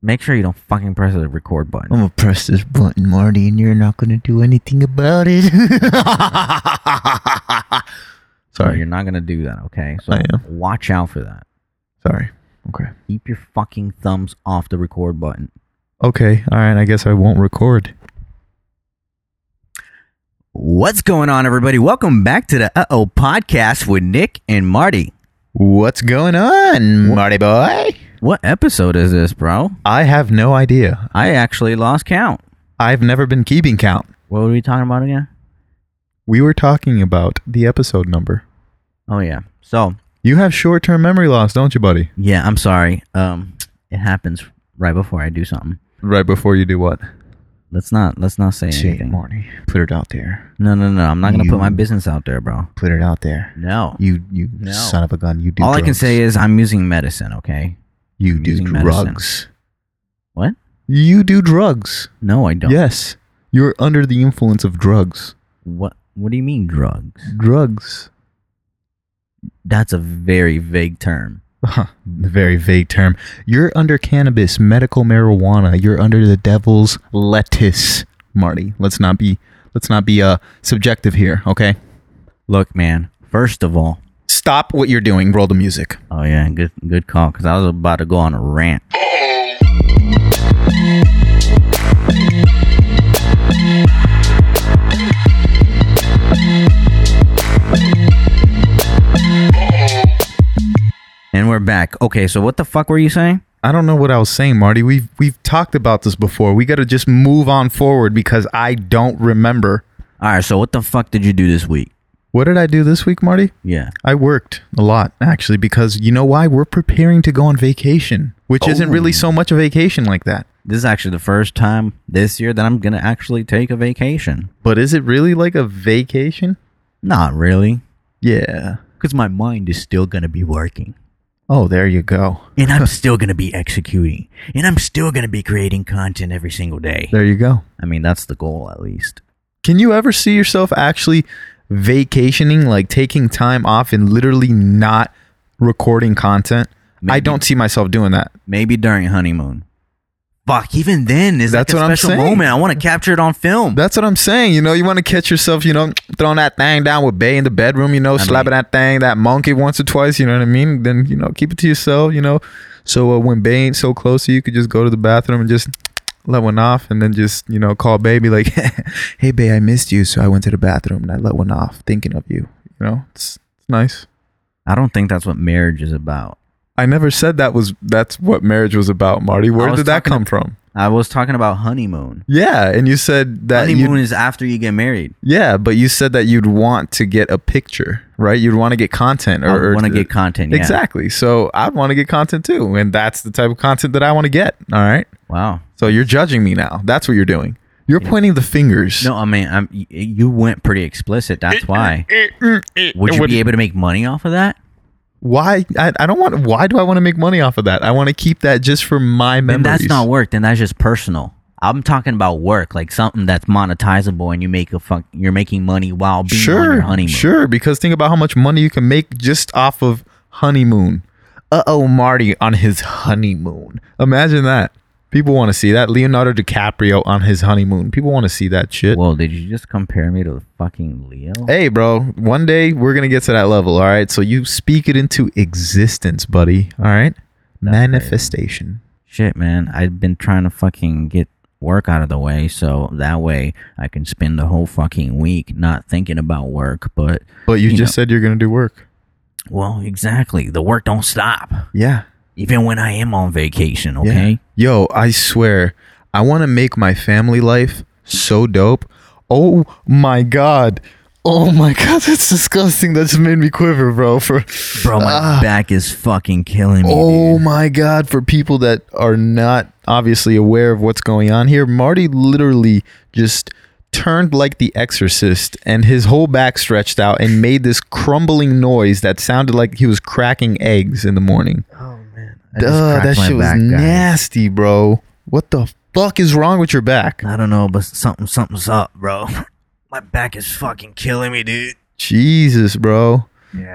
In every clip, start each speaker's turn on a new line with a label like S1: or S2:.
S1: Make sure you don't fucking press the record button.
S2: I'm gonna press this button, Marty, and you're not gonna do anything about it.
S1: So
S2: sorry,
S1: you're not gonna do that, okay? So
S2: I am.
S1: watch out for that.
S2: sorry. Okay.
S1: Keep your fucking thumbs off the record button.
S2: Okay. All right. I guess I won't record.
S1: What's going on, everybody? Welcome back to the Uh Oh Podcast with Nick and Marty.
S2: What's going on, Marty boy?
S1: What episode is this, bro?
S2: I have no idea.
S1: I actually lost count.
S2: I've never been keeping count.
S1: What were we talking about again?
S2: We were talking about the episode number.
S1: Oh yeah. So
S2: You have short-term memory loss, don't you, buddy?
S1: yeah, I'm sorry. Um, it happens right before I do something.
S2: Right before you do what?
S1: Let's not. Let's not say
S2: Shit,
S1: anything.
S2: Marty. Put it out there.
S1: No, no, no. I'm not gonna put my
S2: You-
S1: business out there, bro.
S2: Put it out there.
S1: No.
S2: You, you
S1: No.
S2: son of a gun. You do.
S1: All I
S2: drugs.
S1: can say is I'm using medicine. Okay.
S2: you
S1: I'm
S2: do
S1: using medicine.
S2: drugs.
S1: What?
S2: You do drugs.
S1: No, I don't.
S2: Yes. You're under the influence of drugs.
S1: What What do you mean drugs?
S2: Drugs.
S1: That's a very vague term.
S2: Huh, Very vague term. You're under cannabis, medical marijuana. You're under the devil's lettuce, Marty. Let's not be let's not be uh subjective here, okay?
S1: Look, man. First of all,
S2: Stop what you're doing. Roll the music.
S1: oh yeah, good good call because I was about to go on a rant. And we're back. Okay, so what the fuck were you saying?
S2: I don't know what I was saying, Marty. We've we've talked about this before. We got to just move on forward because I don't remember.
S1: All right, so what the fuck did you do this week?
S2: What did I do this week, Marty?
S1: Yeah.
S2: I worked a lot actually because you know why? We're preparing to go on vacation, which isn't really so much a vacation like that.
S1: This is actually the first time this year that I'm going to actually take a vacation.
S2: But is it really like a vacation?
S1: Not really,
S2: Yeah.
S1: because my mind is still going to be working.
S2: Oh, there you go.
S1: And I'm still going to be executing. And I'm still going to be creating content every single day.
S2: There you go.
S1: I mean, that's the goal, at least.
S2: Can you ever see yourself actually vacationing, like taking time off and literally not recording content? I
S1: Maybe.
S2: don't see myself doing that.
S1: Maybe during honeymoon. Fuck, even then is
S2: That's
S1: like a
S2: what I'm
S1: special
S2: saying.
S1: moment. I want to capture it on film.
S2: That's what I'm saying. You know, you want to catch yourself, you know, throwing that thing down with Bay in the bedroom, you know, slapping that thing, that monkey once or twice, you know what I mean? Then, you know, keep it to yourself, you know. So uh, when Bay ain't so close to you, you could just go to the bathroom and just let one off and then just, you know, call Bay, be like, hey, Bay, I missed you. So I went to the bathroom and I let one off thinking of you. You know, it's, it's nice.
S1: I don't think that's what marriage is about.
S2: I never said that was that's what marriage was about, Marty. Where
S1: was
S2: did that
S1: talking-
S2: come from?
S1: I was talking about honeymoon.
S2: Yeah, and you said that you
S1: honeymoon is after you get married.
S2: Yeah, but you said that you'd want to get a picture, right? You'd want to get content or
S1: I want to
S2: or-
S1: get content. Yeah.
S2: Exactly. So I'd want to get content too, and that's the type of content that I want to get. All right.
S1: Wow.
S2: So you're judging me now. That's what you're doing. You're pointing the fingers.
S1: No, I mean, I'm, y- you went pretty explicit. That's why. Would you be able to make money off of that?
S2: Why? I, I don't want. Why do I want to make money off of that? I want to keep that just for my memories.
S1: Then that's not work. Then that's just personal. I'm talking about work, like something that's monetizable, and you make a fuck. You're making money while being on your
S2: sure.
S1: honeymoon.
S2: Sure, because think about how much money you can make just off of honeymoon. Uh oh, Marty on his honeymoon. Imagine that. People want to see that. Leonardo DiCaprio on his honeymoon. People want to see that shit.
S1: Well, did you just compare me to fucking Leo?
S2: Hey, bro, one day we're going to get to that level, all right? So you speak it into existence, buddy, all right? Manifestation.
S1: Shit, man. I've been trying to fucking get work out of the way, so that way I can spend the whole fucking week not thinking about work. But
S2: But you,
S1: You
S2: just said you're going to do work.
S1: well, exactly. The work don't stop,
S2: Yeah.
S1: even when I am on vacation.
S2: Yeah.
S1: Okay.
S2: Yo, I swear, I want to make my family life so dope. Oh my god. Oh my god, that's disgusting. That just made me quiver, bro. For
S1: Bro, my
S2: Ah.
S1: back is fucking killing me.
S2: Oh
S1: dude.
S2: my god, for people that are not obviously aware of what's going on here, Marty literally just turned like the exorcist and his whole back stretched out and made this crumbling noise that sounded like he was cracking eggs in the morning.
S1: I just
S2: Oh, Duh,
S1: cracked
S2: that
S1: my
S2: shit was
S1: back, guys.
S2: nasty, bro. What the fuck is wrong with your back?
S1: I don't know, but something something's up, bro. My back is fucking killing me, dude.
S2: Jesus, bro.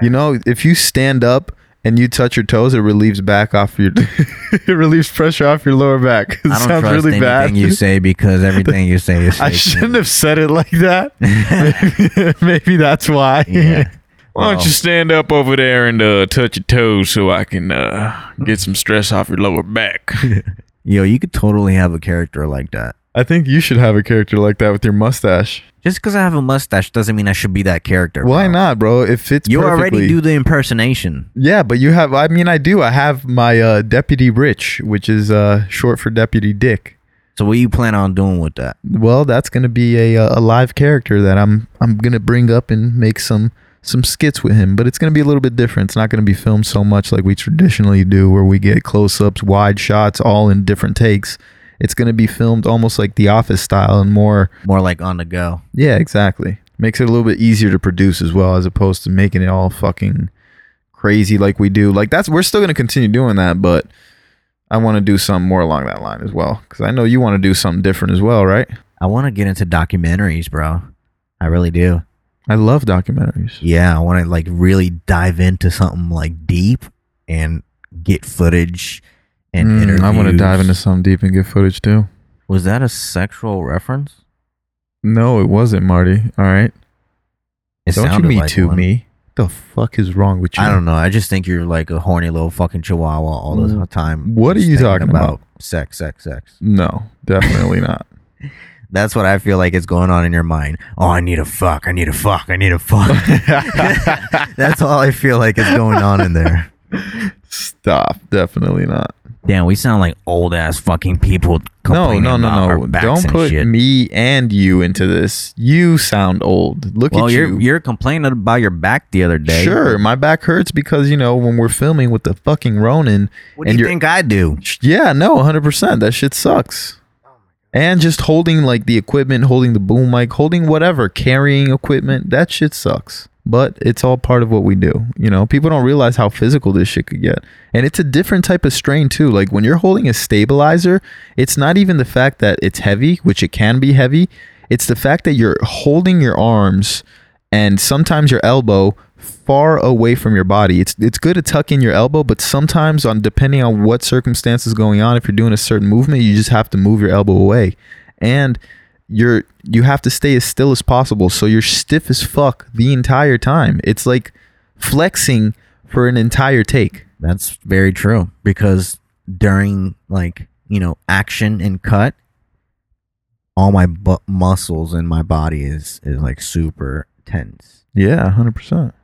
S2: You know, if you stand up and you touch your toes, it relieves back off your, it relieves pressure off your lower back. It
S1: I don't
S2: sounds
S1: trust
S2: really
S1: anything
S2: bad.
S1: you say because everything you say is.
S2: I
S1: fake
S2: shouldn't
S1: news.
S2: have said it like that. maybe, maybe that's why.
S1: Yeah.
S3: Why don't
S1: Well,
S3: you stand up over there and uh, touch your toes so I can uh, get some stress off your lower back?
S1: Yo, you could totally have a character like that.
S2: I think you should have a character like that with your mustache.
S1: Just because I have a mustache doesn't mean I should be that character.
S2: Why
S1: bro.
S2: not, bro? It fits
S1: You
S2: perfectly.
S1: already do the impersonation.
S2: Yeah, but you have. I mean, I do. I have my uh, deputy Rich, which is uh, short for deputy Dick.
S1: So what you plan on doing with that?
S2: Well, that's gonna be a uh, a live character that I'm I'm gonna bring up and make some some skits with him. But it's gonna be a little bit different. It's not gonna be filmed so much like we traditionally do, where we get close ups, wide shots, all in different takes. It's gonna be filmed almost like The Office style and more.
S1: More like on the go.
S2: Yeah, exactly. Makes it a little bit easier to produce as well, as opposed to making it all fucking crazy like we do. Like that's we're still gonna continue doing that, but I want to do something more along that line as well, because I know you want to do something different as well, right?
S1: I want to get into documentaries, bro. I really do.
S2: I love documentaries.
S1: Yeah, I want to like really dive into something like deep and get footage and
S2: Mm,
S1: interviews.
S2: I want to dive into something deep and get footage too.
S1: Was that a sexual reference?
S2: No, it wasn't, Marty. All right,
S1: It
S2: don't
S1: sounded
S2: you me
S1: like
S2: too
S1: one.
S2: me. The fuck is wrong with you?
S1: I don't know. I just think you're like a horny little fucking chihuahua all the
S2: Mm.
S1: time.
S2: What are
S1: just
S2: you
S1: thinking
S2: talking about?
S1: Sex, sex, sex.
S2: No, definitely not.
S1: That's what I feel like is going on in your mind. Oh, I need a fuck. I need a fuck. I need a fuck. That's all I feel like is going on in there.
S2: Stop. Definitely not.
S1: Damn, we sound like old ass fucking people.
S2: No,
S1: Complaining
S2: no,
S1: about
S2: no,
S1: our
S2: no.
S1: backs
S2: Don't
S1: and
S2: put
S1: shit.
S2: me and you into this. You sound old. Look
S1: Well,
S2: at
S1: you're
S2: you.
S1: you're complaining about your back the other day.
S2: sure, my back hurts because, you know, when we're filming with the fucking Ronin.
S1: What do you
S2: you're-
S1: think I do?
S2: sh- Yeah, no, 100%. That shit sucks. And just holding like the equipment, holding the boom mic, holding whatever, carrying equipment, that shit sucks. But it's all part of what we do. You know, people don't realize how physical this shit could get. And it's a different type of strain too. Like when you're holding a stabilizer, it's not even the fact that it's heavy, which it can be heavy. It's the fact that you're holding your arms and sometimes your elbow far away from your body. It's it's good to tuck in your elbow, but sometimes on depending on what circumstance is going on, if you're doing a certain movement, you just have to move your elbow away. And you're you have to stay as still as possible. So you're stiff as fuck the entire time. It's like flexing for an entire take.
S1: That's very true because during like you know action and cut, all my bu- muscles in my body is is like super tense
S2: Yeah, hundred percent.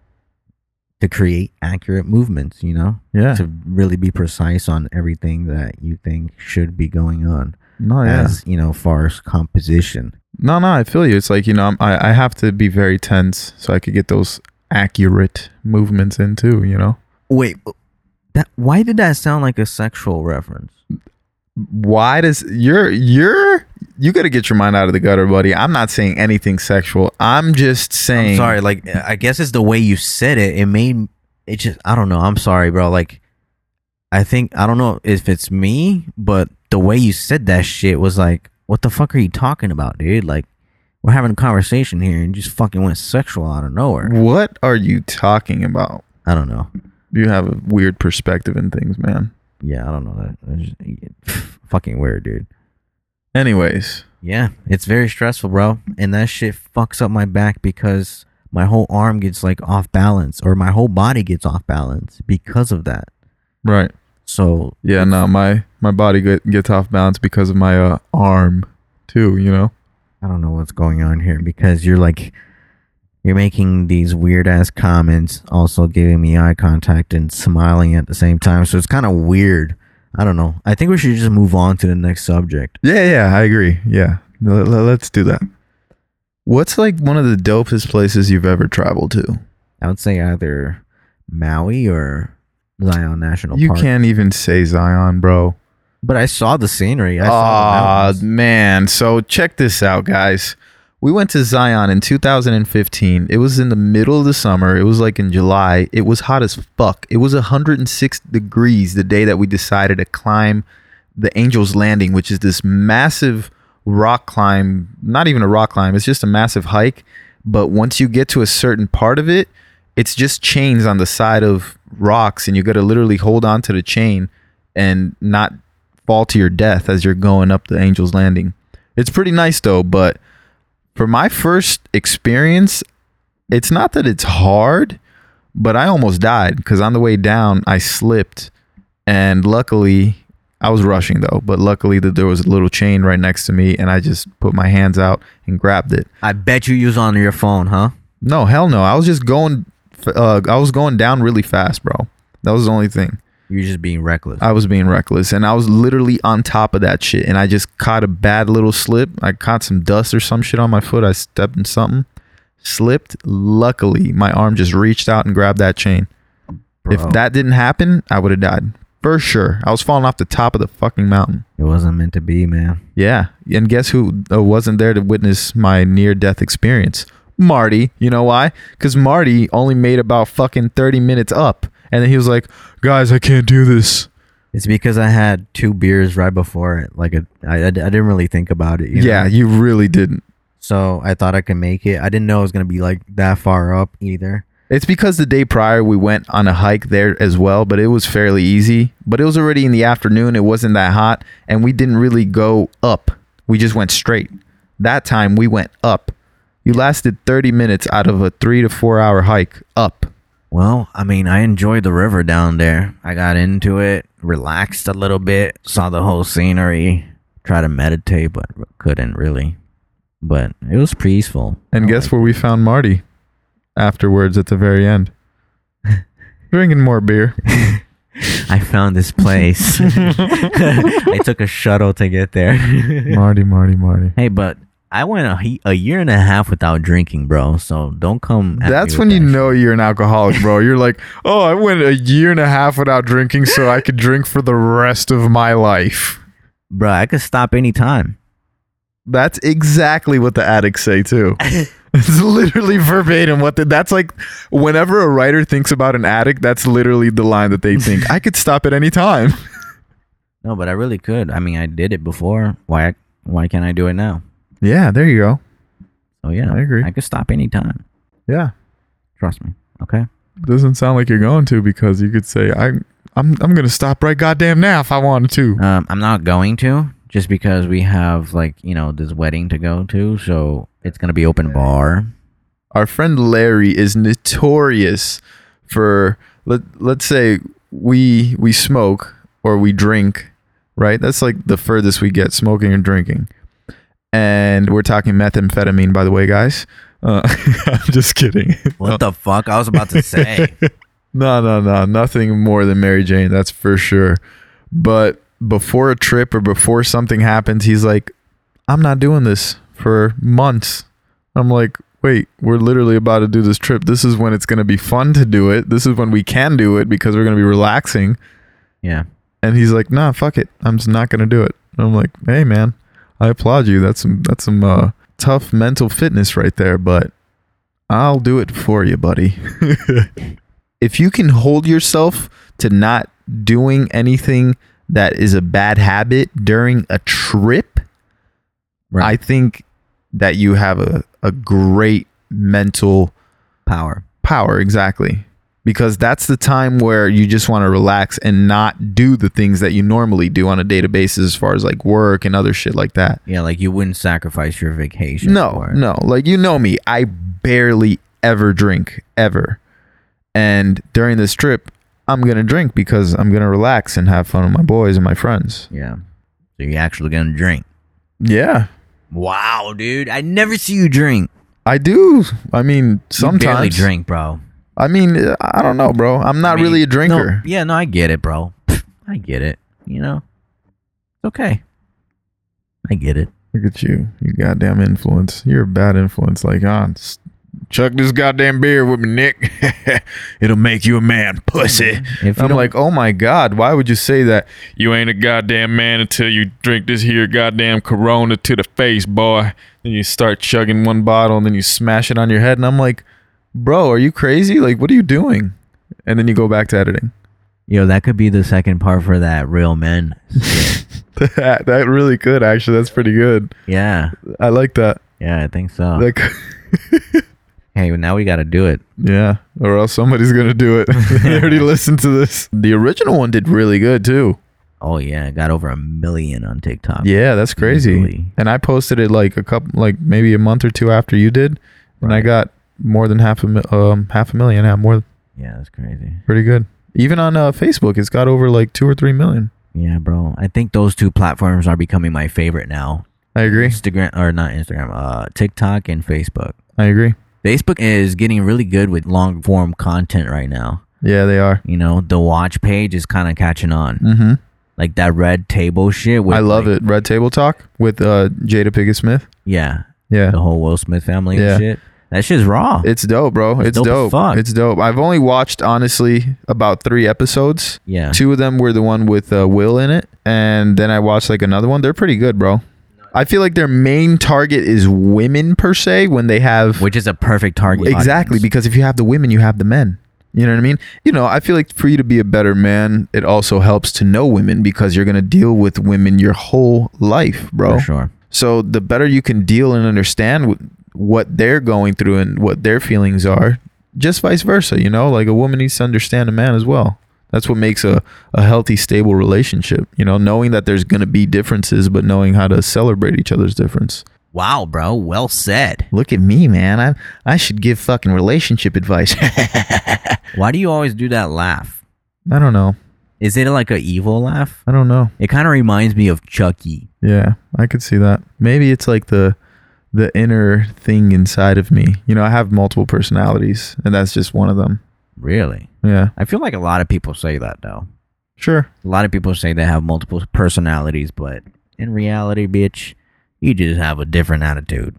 S1: to create accurate movements. You know,
S2: Yeah.
S1: to really be precise on everything that you think should be going on
S2: No, yeah.
S1: as you know far as composition.
S2: No, no, I feel you. It's like, you know, I'm, I, I have to be very tense so I could get those accurate movements in too, you know?
S1: Wait, that why did that sound like a sexual reference?
S2: why does you're you're you gotta get your mind out of the gutter buddy i'm not saying anything sexual i'm just saying
S1: I'm sorry, like I guess it's the way you said it. It made it just I don't know. I'm sorry, bro. Like I think I don't know if it's me, but the way you said that shit was like, what the fuck are you talking about, dude? Like we're having a conversation here and you just fucking went sexual out of nowhere.
S2: what are you talking about
S1: I don't know.
S2: you have a weird perspective in things man
S1: Yeah, I don't know that. it's just- fucking weird, dude.
S2: anyways
S1: Yeah, it's very stressful, bro. And that shit fucks up my back because my whole arm gets like off balance or my whole body gets off balance because of that.
S2: right
S1: So
S2: yeah no my my body get, gets off balance because of my uh, arm too you know
S1: I don't know what's going on here because you're like you're making these weird ass comments, also giving me eye contact and smiling at the same time. So it's kind of weird. I don't know. I think we should just move on to the next subject.
S2: yeah yeah i agree yeah Let- let- let's do that what's like one of the dopest places you've ever traveled to
S1: I would say either Maui or Zion National
S2: you
S1: Park.
S2: can't even say zion bro
S1: But I saw the scenery. I saw
S2: Oh
S1: the mountains.
S2: man, so check this out, guys. We went to Zion in 2015. It was in the middle of the summer. It was like in July. It was hot as fuck. It was 106 degrees the day that we decided to climb the Angel's Landing, which is this massive rock climb. Not even a rock climb, it's just a massive hike. But once you get to a certain part of it, it's just chains on the side of rocks and you got to literally hold on to the chain and not fall to your death as you're going up the Angel's Landing. It's pretty nice though, but for my first experience, it's not that it's hard, but I almost died because on the way down I slipped, and luckily I was rushing though. But luckily that there was a little chain right next to me, and I just put my hands out and grabbed it.
S1: I bet you use on your phone, huh?
S2: No, hell no, I was just going. f- Uh, I was going down really fast, bro. That was the only thing.
S1: You're just being reckless.
S2: I was being reckless, and I was literally on top of that shit. And I just caught a bad little slip. I caught some dust or some shit on my foot. I stepped in something, slipped. Luckily, my arm just reached out and grabbed that chain.
S1: Bro,
S2: If that didn't happen, I would have died for sure. I was falling off the top of the fucking mountain.
S1: it wasn't meant to be, man.
S2: Yeah, and guess who uh, wasn't there to witness my near-death experience? Marty. You know why? Because Marty only made about fucking thirty minutes up, and then he was like, "Guys, I can't do this."
S1: It's because I had two beers right before it. Like a, I, I, I didn't really think about it. you know?
S2: yeah, you really didn't.
S1: So I thought I could make it. I didn't know it was gonna be like that far up either.
S2: It's because the day prior we went on a hike there as well, but it was fairly easy. But it was already in the afternoon, it wasn't that hot, and we didn't really go up. We just went straight. That time we went up. You lasted 30 minutes out of a 3 to 4 hour hike up.
S1: Well, I mean, I enjoyed the river down there. I got into it, relaxed a little bit, saw the whole scenery, tried to meditate, but couldn't really. But it was peaceful.
S2: And guess where we found Marty afterwards at the very end? Drinking more beer.
S1: I found this place. I took a shuttle to get there.
S2: Marty, Marty, Marty.
S1: hey, but I went a, he- a year and a half without drinking, bro. So don't come. at me
S2: That's
S1: with
S2: when you
S1: that
S2: know you're an alcoholic, bro. You're like, oh, I went a year and a half without drinking so I could drink for the rest of my life.
S1: shit. bro. I could stop anytime.
S2: That's exactly what the addicts say, too. it's literally verbatim what the, that's like. Whenever a writer thinks about an addict, that's literally the line that they think. I could stop at any time.
S1: No, but I really could. I mean, I did it before. Why? Why can't I do it now?
S2: Yeah, there you go.
S1: So yeah,
S2: I agree.
S1: I could stop anytime.
S2: Yeah.
S1: Trust me. Okay.
S2: Doesn't sound like you're going to because you could say, I, I'm, I'm going to stop right goddamn now if I wanted to.
S1: Um, I'm not going to just because we have like you know this wedding to go to, so it's gonna be open bar.
S2: our friend Larry is notorious for let let's say we we smoke or we drink, right? That's like the furthest we get smoking and drinking. And we're talking methamphetamine, by the way, guys. Uh, I'm just kidding.
S1: What the fuck? I was about to say.
S2: No, no, no, nothing more than Mary Jane. That's for sure. But before a trip or before something happens, he's like, "I'm not doing this for months." I'm like, "Wait, we're literally about to do this trip. This is when it's going to be fun to do it. This is when we can do it because we're going to be relaxing."
S1: yeah.
S2: And he's like, "Nah, fuck it. I'm just not going to do it." And I'm like, "Hey, man, I applaud you. That's some that's some uh, tough mental fitness right there, but I'll do it for you, buddy." if you can hold yourself to not doing anything that is a bad habit during a trip, I
S1: Right.
S2: think that you have a, a great mental
S1: Power.
S2: power exactly because that's the time where you just want to relax and not do the things that you normally do on a day to basis as far as like work and other shit like that
S1: Yeah, like you wouldn't sacrifice your vacation.
S2: no
S1: for it.
S2: no like you know me i barely ever drink ever and during this trip i'm gonna drink because i'm gonna relax and have fun with my boys and my friends
S1: Yeah. So you're actually gonna drink.
S2: yeah
S1: Wow, dude! I never see you drink.
S2: i do i mean
S1: You
S2: sometimes
S1: barely drink, bro.
S2: i mean i don't know bro i'm not
S1: I mean,
S2: really a
S1: No,
S2: drinker
S1: yeah, no, I get it, bro. I get it. You know, it's okay. I get it.
S2: Look at you, you goddamn influence. You're a bad influence. Like, on
S3: Chuck this goddamn beer with me, Nick. It'll make you a man, pussy.
S1: If you
S2: I'm
S1: don't-
S2: like, oh my god, why would you say that?
S3: You ain't a goddamn man until you drink this here goddamn Corona to the face, boy.
S2: Then you start chugging one bottle, and then you smash it on your head, and I'm like, bro, are you crazy? Like, what are you doing? And then you go back to editing.
S1: Yo, that could be the second part for that real men.
S2: that that really could actually. That's pretty good.
S1: Yeah.
S2: I like that.
S1: Yeah, I think so.
S2: Like,
S1: hey, now we got to do it.
S2: Yeah, or else somebody's gonna do it. they already listened to this. The original one did really good too.
S1: Oh yeah, I got over a million on TikTok.
S2: Yeah, that's crazy.
S1: Easily.
S2: And I posted it like a couple, like maybe a month or two after you did, and I
S1: Right.
S2: got more than half a mi- um half a million. Yeah, more
S1: Yeah, that's crazy.
S2: pretty good. Even on uh, Facebook, it's got over like two or three million.
S1: Yeah, bro. I think those two platforms are becoming my favorite now.
S2: I agree.
S1: Instagram or not Instagram, uh TikTok and Facebook.
S2: I agree.
S1: Facebook is getting really good with long form content right now.
S2: Yeah, they are.
S1: You know, the watch page is kind of catching on.
S2: Mm-hmm.
S1: Like that red table shit. With
S2: I love
S1: like-
S2: it. Red Table Talk with uh, Jada Pinkett Smith.
S1: Yeah,
S2: Yeah,
S1: the whole Will Smith family
S2: Yeah.
S1: and shit. That shit's raw.
S2: it's dope, bro. It's,
S1: dope as
S2: dope.
S1: fuck.
S2: It's dope. I've only watched honestly about three episodes.
S1: yeah,
S2: Two of them were the one with uh, Will in it, and then I watched like another one. They're pretty good, bro. I feel like their main target is women per se when they have
S1: which is a perfect target.
S2: exactly
S1: audience.
S2: because if you have the women, you have the men. You know what I mean? You know, I feel like for you to be a better man, it also helps to know women because you're gonna deal with women your whole life, bro.
S1: for sure.
S2: So the better you can deal and understand wh- what they're going through and what their feelings are, just vice versa, you know? Like a woman needs to understand a man as well. That's what makes a, a healthy, stable relationship, you know, knowing that there's going to be differences, but knowing how to celebrate each other's difference.
S1: Wow, bro. Well said.
S2: Look at me, man. I, I should give fucking relationship advice. I
S1: Why do you always do that laugh?
S2: don't know.
S1: Is it like a evil laugh?
S2: I don't know.
S1: It kind of reminds me of Chucky.
S2: Yeah, I could see that. Maybe it's like the the inner thing inside of me. You know, I have multiple personalities, and that's just one of them.
S1: Really?
S2: Yeah.
S1: I feel like a lot of people say that though.
S2: Sure.
S1: A lot of people say they have multiple personalities, but in reality, bitch, you just have a different attitude.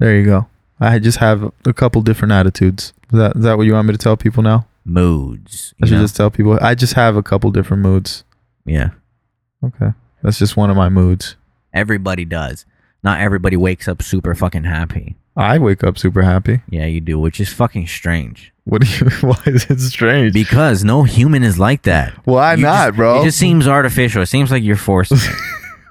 S2: There you go. I just have a couple different attitudes. Is that is that what you want me to tell people now?
S1: Moods.
S2: I
S1: You
S2: should
S1: know?
S2: just tell people I just have a couple different moods.
S1: yeah.
S2: Okay. That's just one of my moods.
S1: Everybody does. Not everybody wakes up super fucking happy.
S2: I wake up super happy.
S1: Yeah, you do, which is fucking strange.
S2: What do you why is it strange?
S1: Because no human is like that.
S2: why
S1: You
S2: not,
S1: just-
S2: bro?
S1: It just seems artificial. It seems like you're forced.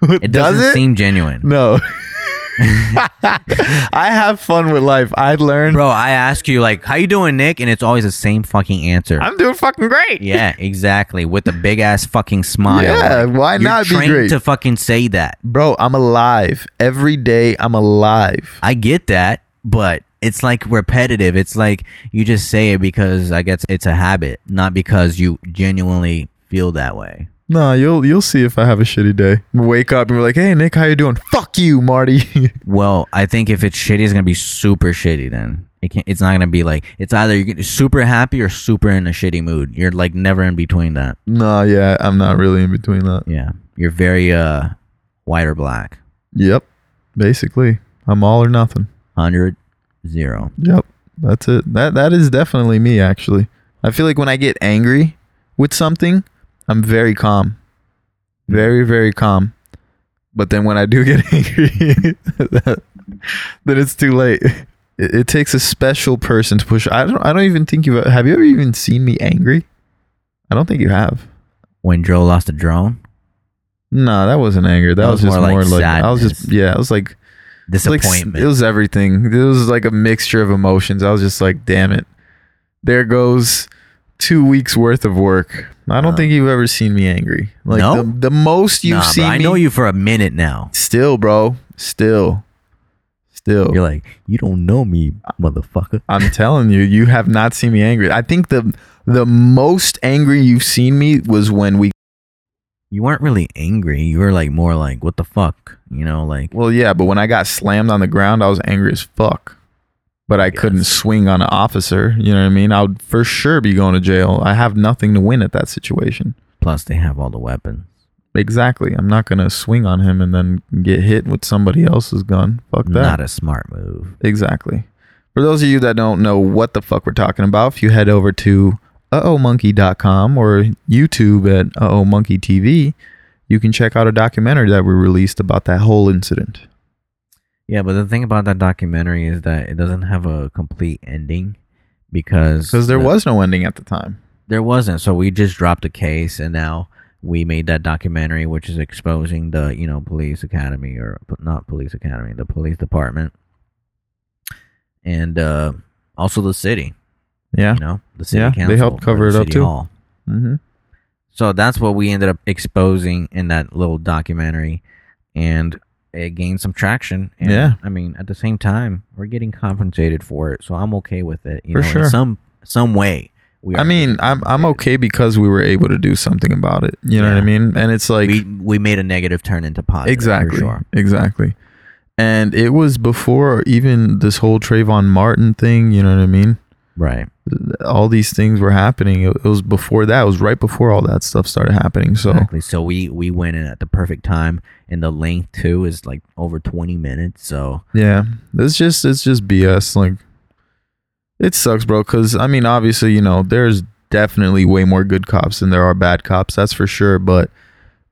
S1: It
S2: Does
S1: doesn't
S2: it?
S1: seem genuine.
S2: no. I have fun with life. I learned
S1: Bro, I ask you like, how you doing, Nick? And it's always the same fucking answer.
S2: I'm doing fucking great.
S1: yeah, exactly. With a big ass fucking smile.
S2: Yeah,
S1: Like,
S2: why
S1: you're
S2: not be
S1: trained
S2: great?
S1: to fucking say that.
S2: Bro, I'm alive. Every day I'm alive.
S1: I get that, but it's like repetitive. It's like you just say it because I guess it's a habit, not because you genuinely feel that way.
S2: No, you'll you'll see if I have a shitty day. Wake up and be like, "Hey Nick, how you doing?" Fuck you, Marty.
S1: Well, I think if it's shitty, it's gonna be super shitty. Then it can not It's not gonna be like it's either you're gonna- super happy or super in a shitty mood. You're like never in between that.
S2: No, yeah, I'm not really in between that.
S1: Yeah, you're very uh white or black,
S2: Yep. Basically, I'm all or nothing.
S1: hundred zero.
S2: Yep. That's it. That that is definitely me actually. I feel like when I get angry with something, I'm very calm. Very very calm. But then when I do get angry, then it's too late. It, it takes a special person to push. I don't I don't even think you've have you ever even seen me angry? I don't think you have.
S1: When Joe lost a drone,
S2: No, that wasn't anger. That,
S1: That
S2: was,
S1: was
S2: just
S1: more like
S2: more like I was just
S1: sadness.
S2: yeah, I was like like, s-
S1: disappointment.
S2: it was everything. It was like a mixture of emotions. I was just like, damn it. There goes two weeks worth of work. I don't
S1: Uh,
S2: think you've ever seen me angry. Like
S1: no?
S2: the, the most you've
S1: Nah, bro,
S2: seen
S1: I know
S2: me-
S1: you for a minute now.
S2: still, bro. Still. Still.
S1: You're like, you don't know me, motherfucker.
S2: I'm telling you, you have not seen me angry. I think the the most angry you've seen me was when we
S1: You weren't really angry. You were like more like, what the fuck, you know? Like,
S2: Well, yeah, but when I got slammed on the ground, I was angry as fuck. But I couldn't swing on an officer. You know what I mean? I would for sure be going to jail. I have nothing to win at that situation.
S1: plus they have all the weapons.
S2: Exactly. I'm not gonna swing on him and then get hit with somebody else's gun. Fuck that.
S1: Not a smart move.
S2: Exactly. For those of you that don't know what the fuck we're talking about, if you head over to uhhmonkey.com or YouTube at uhhmonkey TV, you can check out a documentary that we released about that whole incident.
S1: Yeah, but the thing about that documentary is that it doesn't have a complete ending because
S2: Because there
S1: the-
S2: was no ending at the time.
S1: there wasn't. So we just dropped the case, and now we made that documentary, which is exposing the you know police academy or p- not police academy, the police department, and uh, Also, the city.
S2: Yeah.
S1: You know, the city
S2: Yeah,
S1: council.
S2: they helped
S1: or
S2: cover it up
S1: city
S2: too.
S1: hall.
S2: Mm-hmm.
S1: So that's what we ended up exposing in that little documentary, and it gained some traction. And,
S2: Yeah.
S1: I mean, at the same time, we're getting compensated for it, so I'm okay with it. You
S2: For
S1: know,
S2: sure.
S1: in some some way. We
S2: I
S1: are
S2: mean,
S1: getting
S2: I'm I'm
S1: compensated.
S2: okay because we were able to do something about it. You know what I
S1: Yeah.
S2: mean? And it's like
S1: we we made a negative turn into positive.
S2: exactly,
S1: For sure.
S2: exactly. And it was before even this whole Trayvon Martin thing. You know what I mean?
S1: Right.
S2: All these things were happening. It, it was before that. It was right before all that stuff started happening. So
S1: Exactly. So we we went in at the perfect time, and the length too is like over 20 minutes. So
S2: yeah, it's just it's just BS. Like it sucks, bro. Because I mean, obviously, you know, there's definitely way more good cops than there are bad cops. That's for sure. But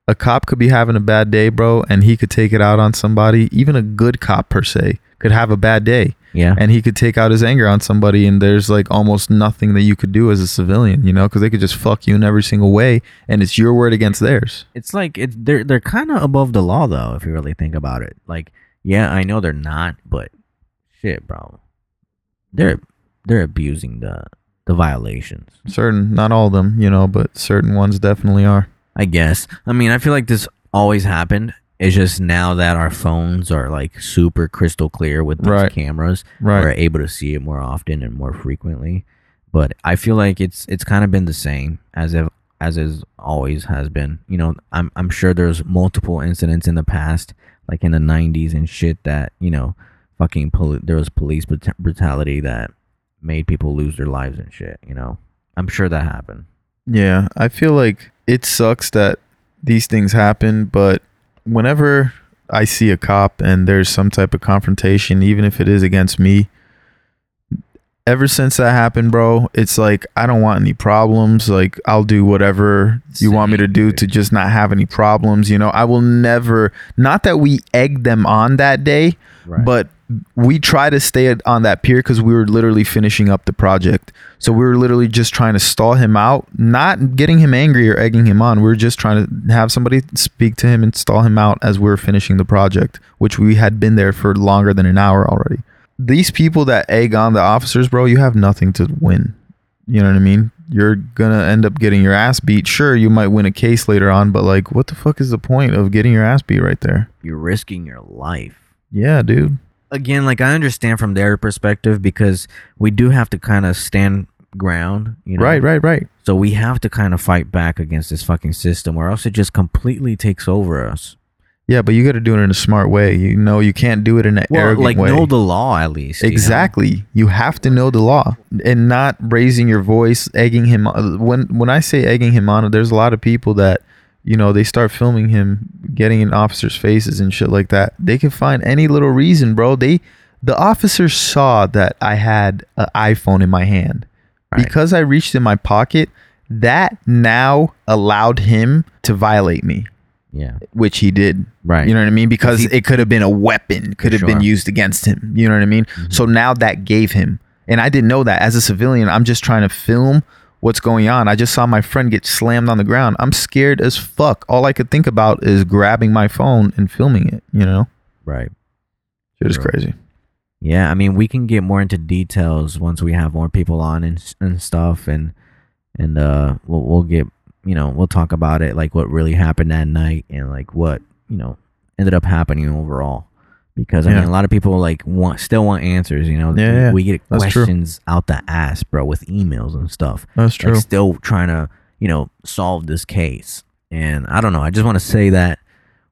S2: a cop could be having a bad day, bro, and he could take it out on somebody. Even a good cop per se could have a bad day,
S1: yeah,
S2: and he could take out his anger on somebody. And there's like almost nothing that you could do as a civilian, you know, because they could just fuck you in every single way, and it's your word against theirs.
S1: it's like it's they're they're kind of above the law though, if you really think about it. Like, yeah, I know they're not, but shit, bro, they're they're abusing the the violations.
S2: Certain, not all of them, you know, but certain ones definitely are.
S1: I guess. I mean, I feel like this always happened. It's just now that our phones are like super crystal clear with these
S2: Right.
S1: cameras,
S2: Right.
S1: we're able to see it more often and more frequently. But I feel like it's it's kind of been the same as if as is always has been. You know, I'm I'm sure there's multiple incidents in the past, like in the '90s and shit, that you know, fucking poli- there was police brut- brutality that made people lose their lives and shit. You know, I'm sure that happened.
S2: Yeah, I feel like it sucks that these things happen, but whenever I see a cop and there's some type of confrontation, even if it is against me, ever since that happened, bro, it's like I don't want any problems. Like I'll do whatever you want me to do to just not have any problems. You know, I will never, not that we egged them on that day,
S1: Right.
S2: but we try to stay at- on that pier because we were literally finishing up the project. So we were literally just trying to stall him out, not getting him angry or egging him on. We were just trying to have somebody speak to him and stall him out as we were finishing the project, which we had been there for longer than an hour already. These people that egg on the officers, bro, you have nothing to win. You know what I mean? You're gonna end up getting your ass beat. Sure, you might win a case later on, but like, what the fuck is the point of getting your ass beat right there?
S1: you're risking your life.
S2: Yeah, dude.
S1: again, like I understand from their perspective because we do have to kind of stand ground, you know.
S2: Right, right, right.
S1: So we have to kind of fight back against this fucking system, or else it just completely takes over us.
S2: Yeah, but you got to do it in a smart way. You know, you can't do it in an
S1: Well,
S2: arrogant
S1: like
S2: way.
S1: know the law at least. you know?
S2: exactly. You have to know the law and not raising your voice, egging him. on- When when I say egging him on, there's a lot of people that you know they start filming him getting in officers' faces and shit like that. They can find any little reason, bro. They the officers saw that I had an iPhone in my hand
S1: Right.
S2: because I reached in my pocket. That now allowed him to violate me,
S1: Yeah.
S2: which he did.
S1: Right.
S2: You know what I mean? Because
S1: 'Cause
S2: it could have been a weapon, could have been
S1: Sure. Mm-hmm.
S2: used against him. You know what I mean? So now that gave him. And I didn't know that. As a civilian, I'm just trying to film what's going on. I just saw my friend get slammed on the ground. I'm scared as fuck. All I could think about is grabbing my phone and filming it, you know?
S1: right.
S2: Shit is
S1: Sure.
S2: crazy.
S1: Yeah. I mean, we can get more into details once we have more people on and s- and stuff, and and uh, we'll we'll get you know we'll talk about it like what really happened that night and like what you know ended up happening overall because I
S2: Yeah.
S1: mean a lot of people like want still want answers you know
S2: Yeah,
S1: We-
S2: yeah.
S1: we get
S2: That's true.
S1: questions out the ass bro with emails and stuff
S2: That's
S1: like still trying to you know solve this case and I don't know I just want to say that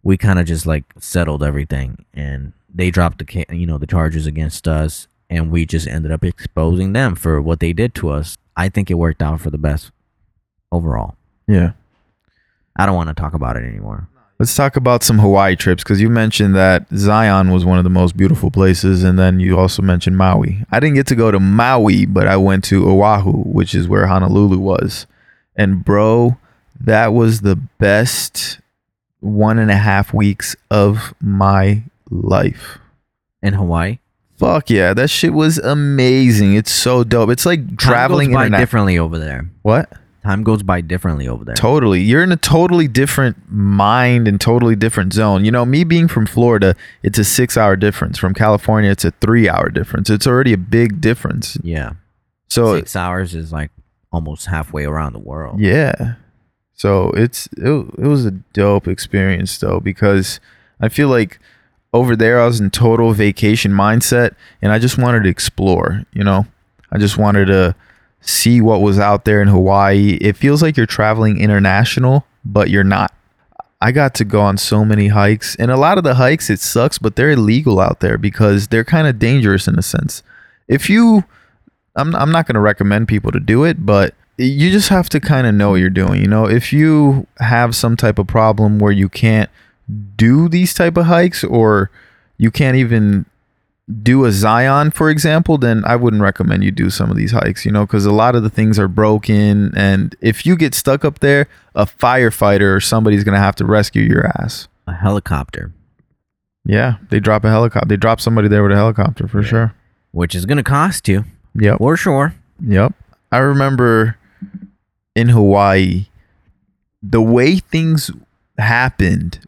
S1: we kind of just like settled everything and they dropped the ca- you know the charges against us and we just ended up exposing them for what they did to us I think it worked out for the best overall.
S2: Yeah.
S1: I don't want to talk about it anymore.
S2: Let's talk about some Hawaii trips because you mentioned that Zion was one of the most beautiful places, and then you also mentioned Maui. I didn't get to go to Maui, but I went to Oahu, which is where Honolulu was. And bro, that was the best one and a half weeks of my life.
S1: In Hawaii,
S2: Fuck yeah, that shit was amazing. It's so dope. It's like traveling
S1: Time goes by
S2: in and out.
S1: differently over there.
S2: What?
S1: time goes by differently over there.
S2: Totally. You're in a totally different mind and totally different zone. You know, me being from Florida, it's a six hour difference. From California, it's a three hour difference. It's already a big difference.
S1: yeah,
S2: So,
S1: six hours is like almost halfway around the world.
S2: yeah. So it's, it, it was a dope experience though, because I feel like over there, I was in total vacation mindset and I just wanted to explore, you know, I just wanted to see what was out there in Hawaii. It feels like you're traveling international, but you're not. I got to go on so many hikes, and a lot of the hikes it sucks, but they're illegal out there because they're kind of dangerous in a sense. If you, I'm I'm not going to recommend people to do it, but you just have to kind of know what you're doing. You know, if you have some type of problem where you can't do these type of hikes or you can't even do a Zion, for example, then I wouldn't recommend you do some of these hikes, you know, because a lot of the things are broken. And if you get stuck up there, a firefighter or somebody's going to have to rescue your ass.
S1: A helicopter,
S2: Yeah, they drop a helicopter. They drop somebody there with a helicopter for sure.
S1: which is gonna cost you
S2: Yep.
S1: for sure.
S2: Yep. I remember in Hawaii, the way things happened,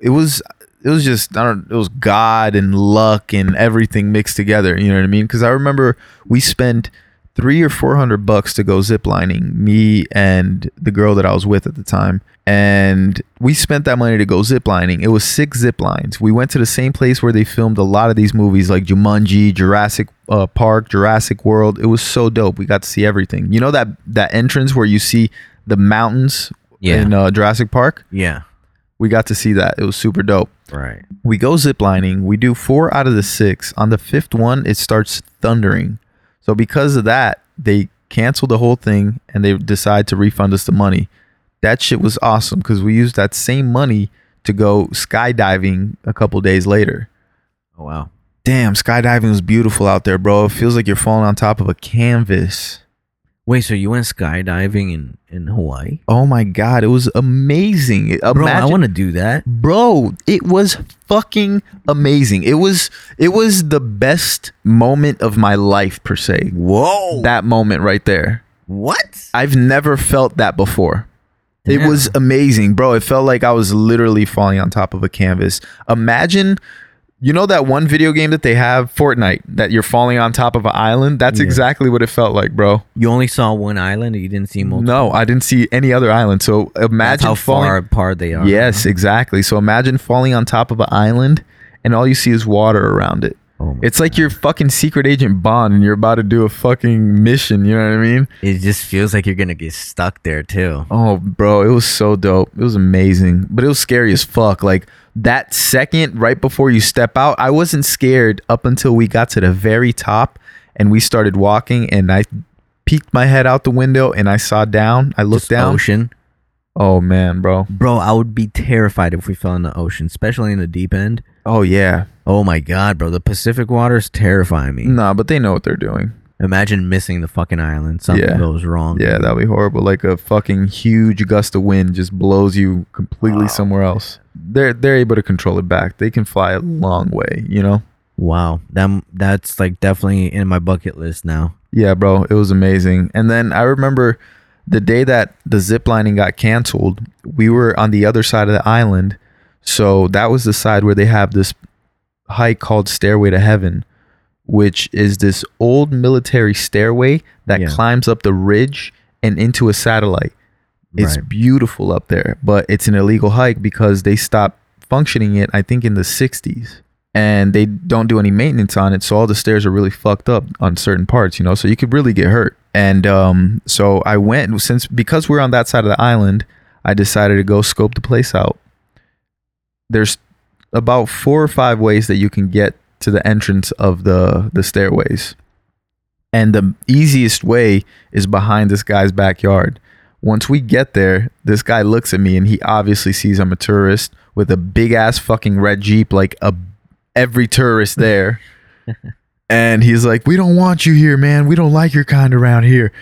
S2: it was it was just I don't it was God and luck and everything mixed together. You know what I mean? Because I remember we spent three or four hundred bucks to go ziplining, me and the girl that I was with at the time, and we spent that money to go ziplining. It was six zip lines. We went to the same place where they filmed a lot of these movies like Jumanji, Jurassic uh, Park, Jurassic World. It was so dope. We got to see everything. You know that that entrance where you see the mountains
S1: Yeah.
S2: in uh, Jurassic Park.
S1: Yeah,
S2: We got to see that. It was super dope.
S1: right.
S2: We go ziplining. We do four out of the six. On the fifth one, it starts thundering. So because of that, they cancel the whole thing and they decide to refund us the money. That shit was awesome because we used that same money to go skydiving a couple days later.
S1: Oh wow.
S2: Damn, skydiving was beautiful out there, bro. It feels like you're falling on top of a canvas.
S1: Wait, so you went skydiving in in Hawaii?
S2: Oh my god, it was amazing.
S1: Bro, I
S2: Imagine-
S1: want to do that.
S2: bro it was fucking amazing it was it was the best moment of my life per se
S1: Whoa.
S2: that moment right there
S1: what?
S2: i've never felt that before it
S1: Yeah.
S2: was amazing bro it felt like i was literally falling on top of a canvas imagine you know that one video game that they have fortnite that you're falling on top of an island that's exactly what it felt like bro
S1: You only saw one island. and You didn't see multiple.
S2: no i didn't see any other island so imagine
S1: That's how
S2: falling
S1: far apart they are.
S2: Yes, exactly. So imagine falling on top of an island and all you see is water around it.
S1: Oh my-
S2: It's like you're fucking secret agent Bond and you're about to do a fucking mission, you know what I mean?
S1: It just feels like you're gonna get stuck there too.
S2: Oh, bro, it was so dope. It was amazing, but it was scary as fuck. Like that second right before you step out, I wasn't scared up until we got to the very top and we started walking and I peeked my head out the window and I saw down. I looked
S1: Just
S2: down.
S1: Ocean,
S2: Oh man, bro.
S1: bro. I would be terrified if we fell in the ocean, especially in the deep end.
S2: Oh yeah.
S1: Oh my god, bro. The Pacific waters terrify me.
S2: Nah, but they know what they're doing.
S1: Imagine missing the fucking island. Something
S2: Yeah.
S1: goes wrong.
S2: Yeah, that'd be horrible. Like a fucking huge gust of wind just blows you completely somewhere else. They're they're able to control it back. They can fly a long way, you know.
S1: Wow. That that's like definitely in my bucket list now.
S2: Yeah, bro, it was amazing. And then I remember the day that the zip lining got canceled, we were on the other side of the island. So that was the side where they have this hike called Stairway to Heaven, which is this old military stairway that
S1: Yeah.
S2: climbs up the ridge and into a satellite. It's
S1: Right.
S2: beautiful up there, but it's an illegal hike because they stopped functioning it, I think, in the 60s. And they don't do any maintenance on it. So all the stairs are really fucked up on certain parts, you know? So you could really get hurt. And um, so I went, since because we're on that side of the island, I decided to go scope the place out. There's about four or five ways that you can get to the entrance of the, the stairways. And the easiest way is behind this guy's backyard. Once we get there, this guy looks at me and he obviously sees I'm a tourist with a big ass fucking red Jeep, like a, every tourist there. and he's like, We don't want you here, man. We don't like your kind around here.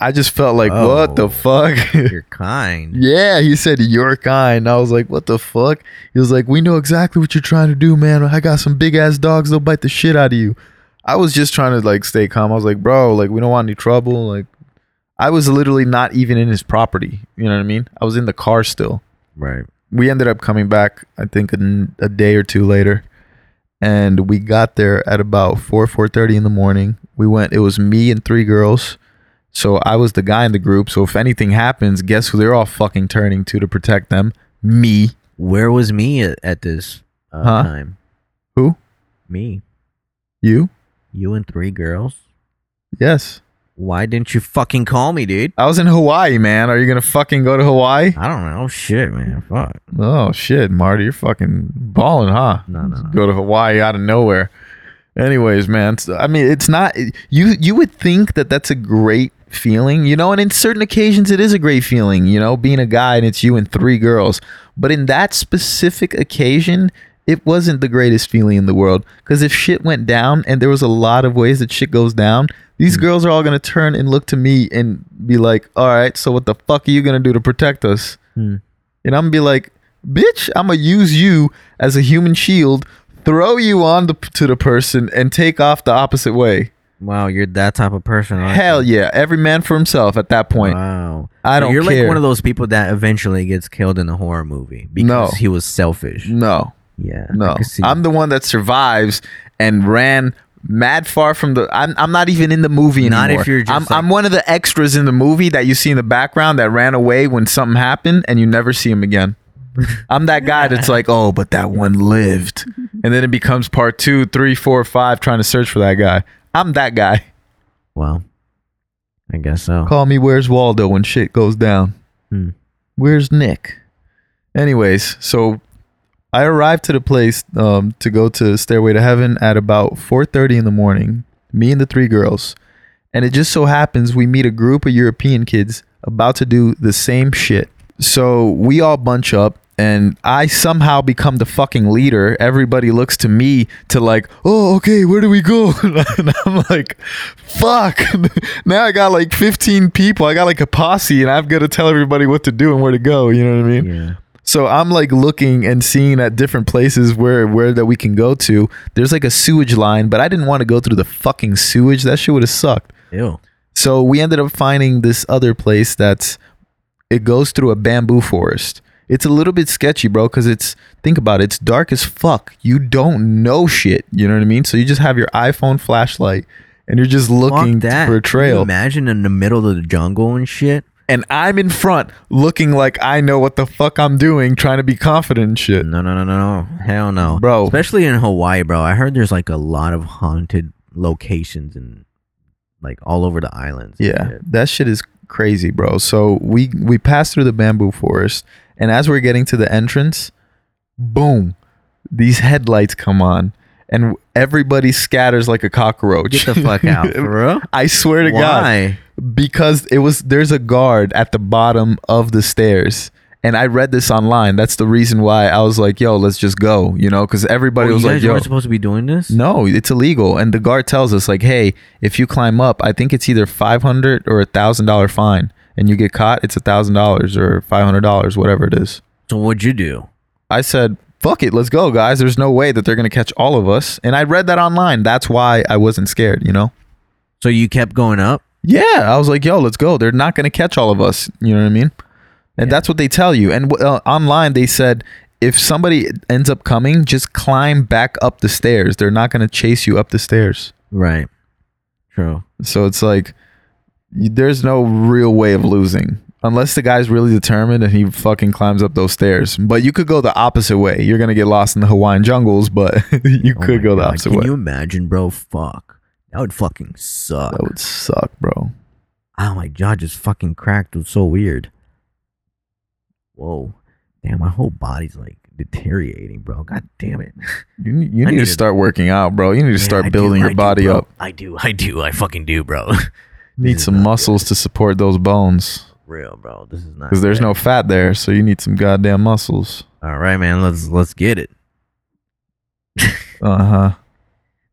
S2: I just felt like, What
S1: Oh.
S2: the fuck?
S1: You're kind.
S2: Yeah, he said your kind. I was like, what the fuck? He was like, we know exactly what you're trying to do, man. I got some big ass dogs. They'll bite the shit out of you. I was just trying to like stay calm. I was like, bro, like we don't want any trouble. Like I was literally not even in his property. You know what I mean? I was in the car still.
S1: Right.
S2: We ended up coming back, I think, a, n- a day or two later, and we got there at about four four thirty in the morning. We went. It was me and three girls. So I was the guy in the group. So if anything happens, guess who they're all fucking turning to to protect them? Me.
S1: Where was me at, at this uh,
S2: Huh?
S1: time?
S2: Who?
S1: Me.
S2: You?
S1: You and three girls.
S2: Yes.
S1: Why didn't you fucking call me, dude?
S2: I was in Hawaii, man. Are you gonna fucking go to Hawaii?
S1: I don't know. Shit, man. Fuck.
S2: Oh shit, Marty, you're fucking balling, huh?
S1: No, no, no.
S2: Go to Hawaii out of nowhere. Anyways, man, it's- I mean, it's not you. You would think that that's a great feeling, you know, and in certain occasions it is a great feeling, you know, being a guy and it's you and three girls. But in that specific occasion, it wasn't the greatest feeling in the world because if shit went down and there was a lot of ways that shit goes down,
S1: Mm.
S2: these girls are all gonna turn and look to me and be like, "All right, so what the fuck are you gonna do to protect us?"
S1: Hmm.
S2: And I'm gonna be like, bitch, I'm gonna use you as a human shield, throw you on the, to the person, and take off the opposite way.
S1: Wow, you're that type of person. aren't
S2: Hell
S1: you?
S2: yeah, every man for himself at that point.
S1: Wow.
S2: I don't
S1: You're like
S2: care.
S1: one of those people that eventually gets killed in a horror movie because
S2: No.
S1: he was selfish.
S2: No,
S1: Yeah. I
S2: no,
S1: can see
S2: I'm the one that survives and ran mad far from the. I'm, I'm not even in the movie anymore.
S1: Not if you're just
S2: I'm,
S1: like-
S2: I'm one of the extras in the movie that you see in the background that ran away when something happened, and you never see him again. I'm that guy that's like, oh, but that one lived. And then it becomes part two, three, four, five, trying to search for that guy. I'm that guy.
S1: Wow. I guess so.
S2: Call me Where's Waldo when shit goes down.
S1: Hmm.
S2: Where's Nick? Anyways, so I arrived to the place um, to go to Stairway to Heaven at about 4:30 in the morning. Me and the three girls, and it just so happens we meet a group of European kids about to do the same shit. So we all bunch up. And I somehow become the fucking leader. Everybody looks to me to like, oh, okay, where do we go? and I'm like, fuck. now I got like 15 people. I got like a posse, and I've got to tell everybody what to do and where to go. You know what I mean?
S1: Yeah.
S2: So I'm like looking and seeing at different places where where that we can go to. There's like a sewage line, but I didn't want to go through the fucking sewage. That shit would have sucked.
S1: Ew.
S2: So we ended up finding this other place that's it goes through a bamboo forest. It's a little bit sketchy, bro, because it's think about it, it's dark as fuck. You don't know shit. You know what I mean? So you just have your iPhone flashlight and you're just looking
S1: Fuck that.
S2: for a
S1: Can you
S2: trail.
S1: imagine in the middle of the jungle and shit.
S2: And I'm in front looking like I know what the fuck I'm doing, trying to be confident and shit.
S1: No, no, no, no, no. Hell no.
S2: Bro.
S1: Especially in Hawaii, bro. I heard there's like a lot of haunted locations and like all over the islands. and
S2: Yeah,
S1: shit.
S2: that shit is crazy, bro. So we we pass through the bamboo forest, and as we're getting to the entrance, boom, these headlights come on, and everybody scatters like a cockroach.
S1: Get the fuck out, for real?
S2: I swear to
S1: Why?
S2: God, because it was there's a guard at the bottom of the stairs. And I read this online. That's the reason why I was like, "Yo, let's just go," you know, because
S1: Oh,
S2: everybody
S1: you
S2: was like,
S1: guys
S2: "Yo,
S1: weren't supposed to be doing this?
S2: no, it's illegal. And the guard tells us, like, hey, if you climb up, I think it's either five hundred or a thousand dollar fine, and you get caught, it's a thousand dollars or five hundred dollars, whatever it is.
S1: So what'd you do?
S2: I said, fuck it, let's go, guys. There's no way that they're gonna catch all of us. And I read that online. That's why I wasn't scared, you know.
S1: So you kept going up?
S2: Yeah, I was like, yo, let's go. They're not going to catch all of us. You know what I mean? And that's what they tell you. And uh, online, they said if somebody ends up coming, just climb back up the stairs. They're not going to chase you up the stairs.
S1: Right. True.
S2: So it's like y- there's no real way of losing unless the guy's really determined and he fucking climbs up those stairs. But you could go the opposite way. You're going to get lost in the Hawaiian jungles, but you
S1: Oh
S2: could
S1: my
S2: go the
S1: God.
S2: opposite
S1: Can
S2: way.
S1: you imagine, bro? Fuck. That would fucking suck.
S2: that would suck, bro.
S1: Oh my jaw just fucking cracked. It was so weird. Whoa. Damn, my whole body's like deteriorating, bro. God damn it.
S2: You, you need,
S1: I
S2: to
S1: needed-
S2: start working out, bro. You
S1: Man,
S2: need to start
S1: I do-
S2: building
S1: I
S2: your
S1: do,
S2: body
S1: bro.
S2: up.
S1: I do. I do. I fucking do, bro.
S2: Need
S1: is
S2: some
S1: not good.
S2: muscles to support those bones
S1: Real, bro. This is not
S2: because there's
S1: good.
S2: no fat there, so you need some goddamn muscles.
S1: All right, man. Let's let's get it.
S2: Uh huh.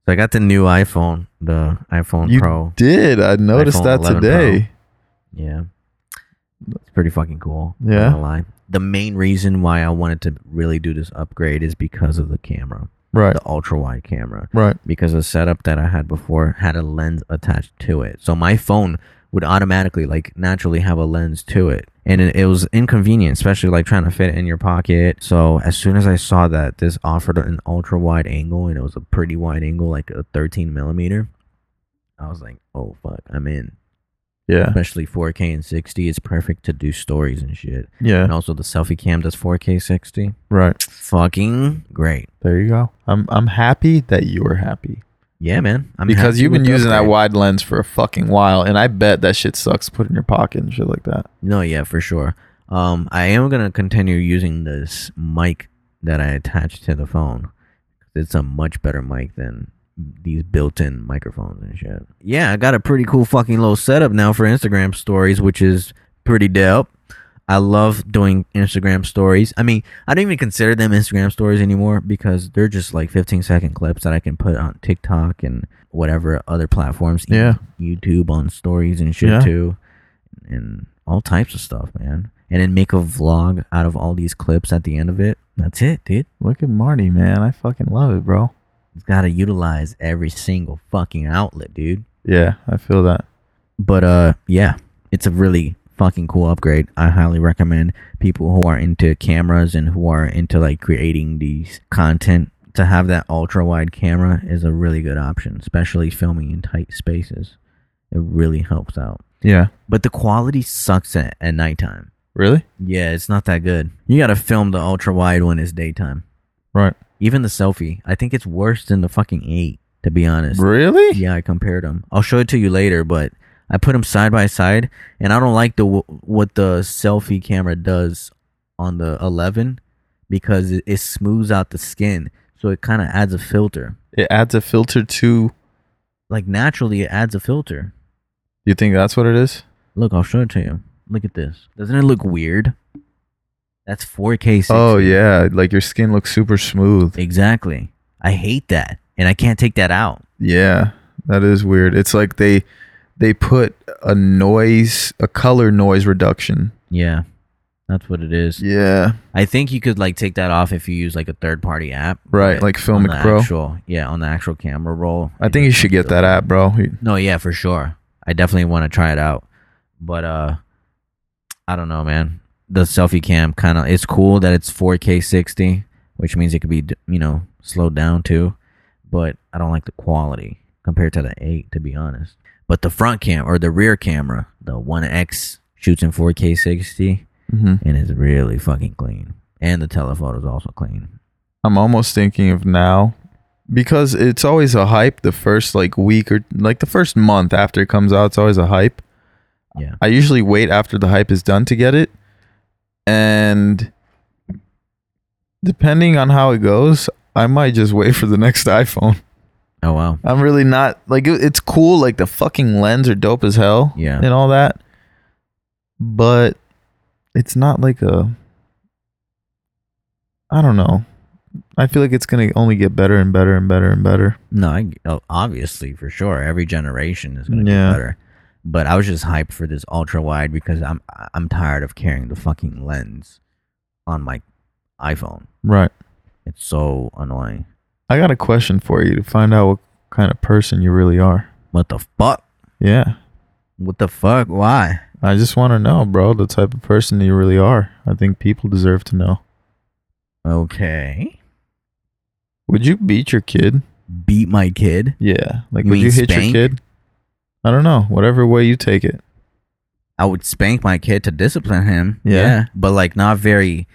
S1: So I got the new iPhone, the iPhone
S2: You
S1: Pro.
S2: did. I noticed
S1: iPhone
S2: that
S1: 11
S2: today.
S1: Yeah. It's pretty fucking cool. not
S2: Yeah?
S1: gonna lie. The main reason why I wanted to really do this upgrade is because of the camera.
S2: Right.
S1: the ultra wide camera
S2: Right.
S1: because the setup that I had before had a lens attached to it. So my phone would automatically, like, naturally have a lens to it. And it, it was inconvenient, especially like trying to fit it in your pocket. So as soon as I saw that this offered an ultra wide angle and it was a pretty wide angle, like a 13 millimeter, I was like, oh fuck, I'm in.
S2: Yeah.
S1: Especially 4K and 60, it's perfect to do stories and shit. And
S2: Yeah.
S1: also the selfie cam does 4K 60.
S2: Right.
S1: Fucking great.
S2: There you go. I'm I'm happy that you're happy
S1: Yeah, man. I'm
S2: because
S1: happy
S2: you've
S1: with
S2: been
S1: the
S2: using that
S1: upgrade.
S2: wide lens for a fucking while, and I bet that shit sucks to put in your pocket and shit like that.
S1: No, yeah, for sure. Um, I am gonna continue using this mic that I attached to the phone. It's a much better mic than these built-in microphones and shit. Yeah, I got a pretty cool fucking little setup now for Instagram stories, which is pretty dope. I love doing Instagram stories. I mean, I don't even consider them Instagram stories anymore because they're just like 15 second clips that I can put on TikTok and whatever other platforms. even
S2: Yeah.
S1: YouTube on stories and shit
S2: Yeah.
S1: too, and all types of stuff, man. And then make a vlog out of all these clips at the end of it. That's it, dude.
S2: Look at Marty, man. I fucking love it, bro.
S1: You've got to utilize every single fucking outlet, dude.
S2: Yeah, I feel that.
S1: But uh, yeah, it's a really fucking cool upgrade. I highly recommend people who are into cameras and who are into like creating these content to have that ultra wide camera is a really good option, especially filming in tight spaces. It really helps out.
S2: Yeah.
S1: but the quality sucks at, at nighttime.
S2: Really?
S1: Yeah, it's not that good. You gotta film the ultra wide when it's daytime.
S2: Right.
S1: Even the selfie, I think it's worse than the fucking eight. To be honest,
S2: Really?
S1: yeah, I compared them. I'll show it to you later, but I put them side by side, and I don't like the w- what the selfie camera does on the eleven because it, it smooths out the skin, so it kind of adds a filter.
S2: It adds a filter to.
S1: Like naturally, it adds a filter.
S2: You think that's what it is?
S1: Look, I'll show it to you. Look at this. Doesn't it look weird? That's 4K. 60.
S2: Oh yeah, like your skin looks super smooth.
S1: exactly. I hate that, and I can't take that out.
S2: Yeah, that is weird. It's like they they put a noise, a color noise reduction.
S1: Yeah, that's what it is.
S2: Yeah,
S1: I think you could like take that off if you use like a third-party app.
S2: right.
S1: but
S2: Like
S1: on
S2: Filmic
S1: the
S2: Pro.
S1: Actual, yeah, on the actual camera roll.
S2: I think you should get that app, bro. You-
S1: No, yeah, for sure. I definitely want to try it out, but uh, I don't know, man. The selfie cam kind of it's cool that it's 4K 60, which means it could be d- you know slowed down too, but I don't like the quality compared to the eight, to be honest. But the front cam or the rear camera, the One X shoots in 4K 60
S2: Mhm.
S1: and is really fucking clean, and the telephoto is also clean.
S2: I'm almost thinking of now because it's always a hype. The first like week or like the first month after it comes out, it's always a hype.
S1: Yeah.
S2: I usually wait after the hype is done to get it, and depending on how it goes, I might just wait for the next iPhone.
S1: Oh wow.
S2: I'm really not like it- it's cool. Like the fucking lens are dope as hell,
S1: Yeah.
S2: and all that. But it's not like a. I don't know. I feel like it's gonna only get better and better and better and better.
S1: No, I, oh, obviously for sure. Every generation is going to
S2: Yeah.
S1: get better. But I was just hyped for this ultra wide because I'm I'm tired of carrying the fucking lens on my iPhone.
S2: Right.
S1: It's so annoying.
S2: I got a question for you to find out what kind of person you really are.
S1: What the fuck?
S2: Yeah.
S1: What the fuck? Why?
S2: I just want to know, bro, the type of person you really are. I think people deserve to know.
S1: Okay.
S2: Would you beat your kid?
S1: Beat my kid.
S2: Yeah. Like,
S1: You
S2: would
S1: mean
S2: you hit
S1: spank?
S2: your kid? I don't know. Whatever way you take it.
S1: I would spank my kid to discipline him.
S2: Yeah.
S1: But like not very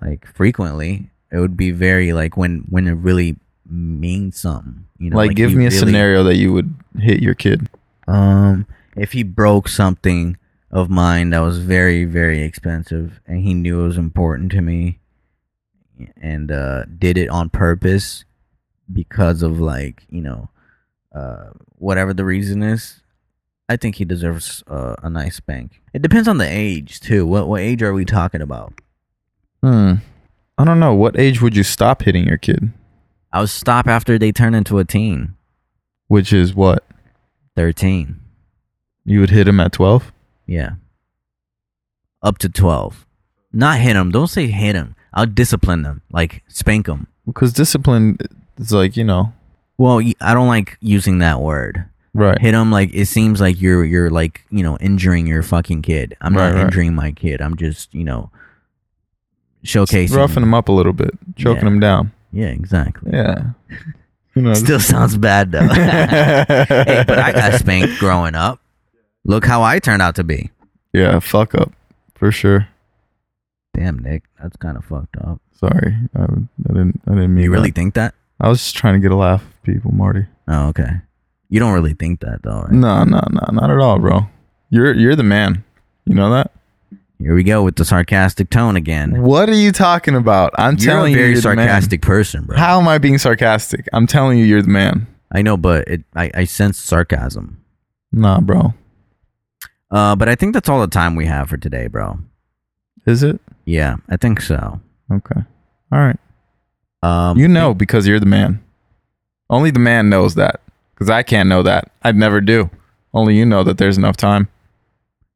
S1: like frequently. It would be very like when when it really means something. You know,
S2: like, give
S1: he
S2: me a
S1: really-
S2: scenario that you would hit your kid.
S1: Um, if he broke something of mine that was very, very expensive, and he knew it was important to me, and uh, did it on purpose because of like you know, uh, whatever the reason is, I think he deserves uh, a nice spank. It depends on the age too. What what age are we talking about?
S2: Hmm. I don't know. What age would you stop hitting your kid?
S1: I would stop after they turn into a teen,
S2: Which is what
S1: thirteen.
S2: you would hit him at twelve.
S1: Yeah. Up to 12. Not hit them. Don't say hit them. I'll discipline them. Like, spank them.
S2: Because discipline It's like you know,
S1: Well, y- I don't like using that word.
S2: right?
S1: Hit him like it seems like you're you're like you know injuring your fucking kid. I'm
S2: Right,
S1: not
S2: right.
S1: injuring my kid. I'm just you know showcasing.
S2: Roughing him up a little bit, choking
S1: Yeah.
S2: him down.
S1: Yeah, exactly.
S2: Yeah. You know.
S1: Still sounds bad though. hey, but I got spanked growing up. Look how I turned out to be.
S2: yeah, fuck up for sure.
S1: Damn, Nick, that's kind of fucked up.
S2: Sorry, I, I didn't. I didn't mean.
S1: You really
S2: that.
S1: think that?
S2: I was just trying to get a laugh, people, Marty.
S1: Oh, okay. You don't really think that though, right?
S2: No, no, no, not at all, bro. You're you're the man. You know that?
S1: Here we go with the sarcastic tone again.
S2: What are you talking about? I'm
S1: you're
S2: telling
S1: a very
S2: you, you're
S1: sarcastic person,
S2: The
S1: bro.
S2: man. How am I being sarcastic? I'm telling you, you're the man.
S1: I know, but it, I, I sense sarcasm.
S2: Nah, bro.
S1: Uh, but I think that's all the time we have for today, bro.
S2: Is it?
S1: Yeah, I think so.
S2: Okay. All right.
S1: Um,
S2: You know because you're the man. Only the man knows that. Because I can't know that. I'd never do. Only you know that there's enough time.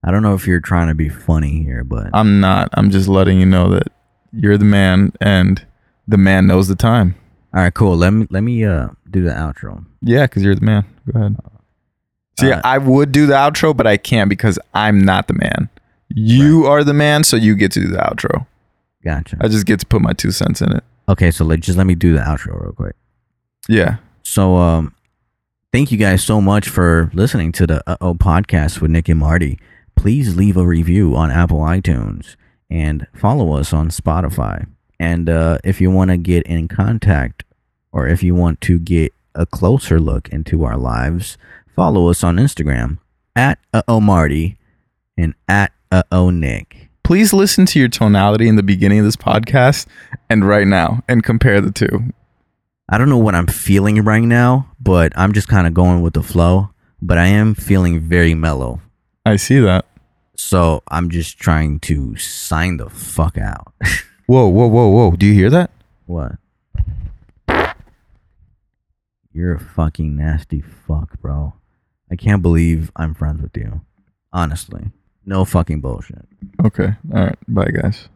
S1: I don't know if you're trying to be funny here, but
S2: I'm not. I'm just letting you know that you're the man and the man knows the time.
S1: all right, cool. Let me let me uh do the outro.
S2: Yeah, because you're the man. Go ahead. See,
S1: Uh,
S2: I would do the outro, but I can't because I'm not the man. You are the man, so you get to do the outro.
S1: Gotcha.
S2: I just get to put my two cents in it.
S1: Okay, so let just let me do the outro real quick.
S2: Yeah.
S1: So um thank you guys so much for listening to the Uh Oh podcast with Nick and Marty. Please leave a review on Apple iTunes and follow us on Spotify. And uh, if you want to get in contact or if you want to get a closer look into our lives, follow us on Instagram at Uh Oh Marty and at Uh Oh Nick.
S2: Please listen to your tonality in the beginning of this podcast and right now and compare the two.
S1: I don't know what I'm feeling right now, but I'm just kind of going with the flow. But I am feeling very mellow
S2: I see that.
S1: So I'm just trying to sign the fuck out.
S2: Whoa, whoa, whoa, whoa. Do you hear that?
S1: what? You're a fucking nasty fuck, bro. I can't believe I'm friends with you. Honestly. No fucking bullshit.
S2: Okay. All right. Bye, guys.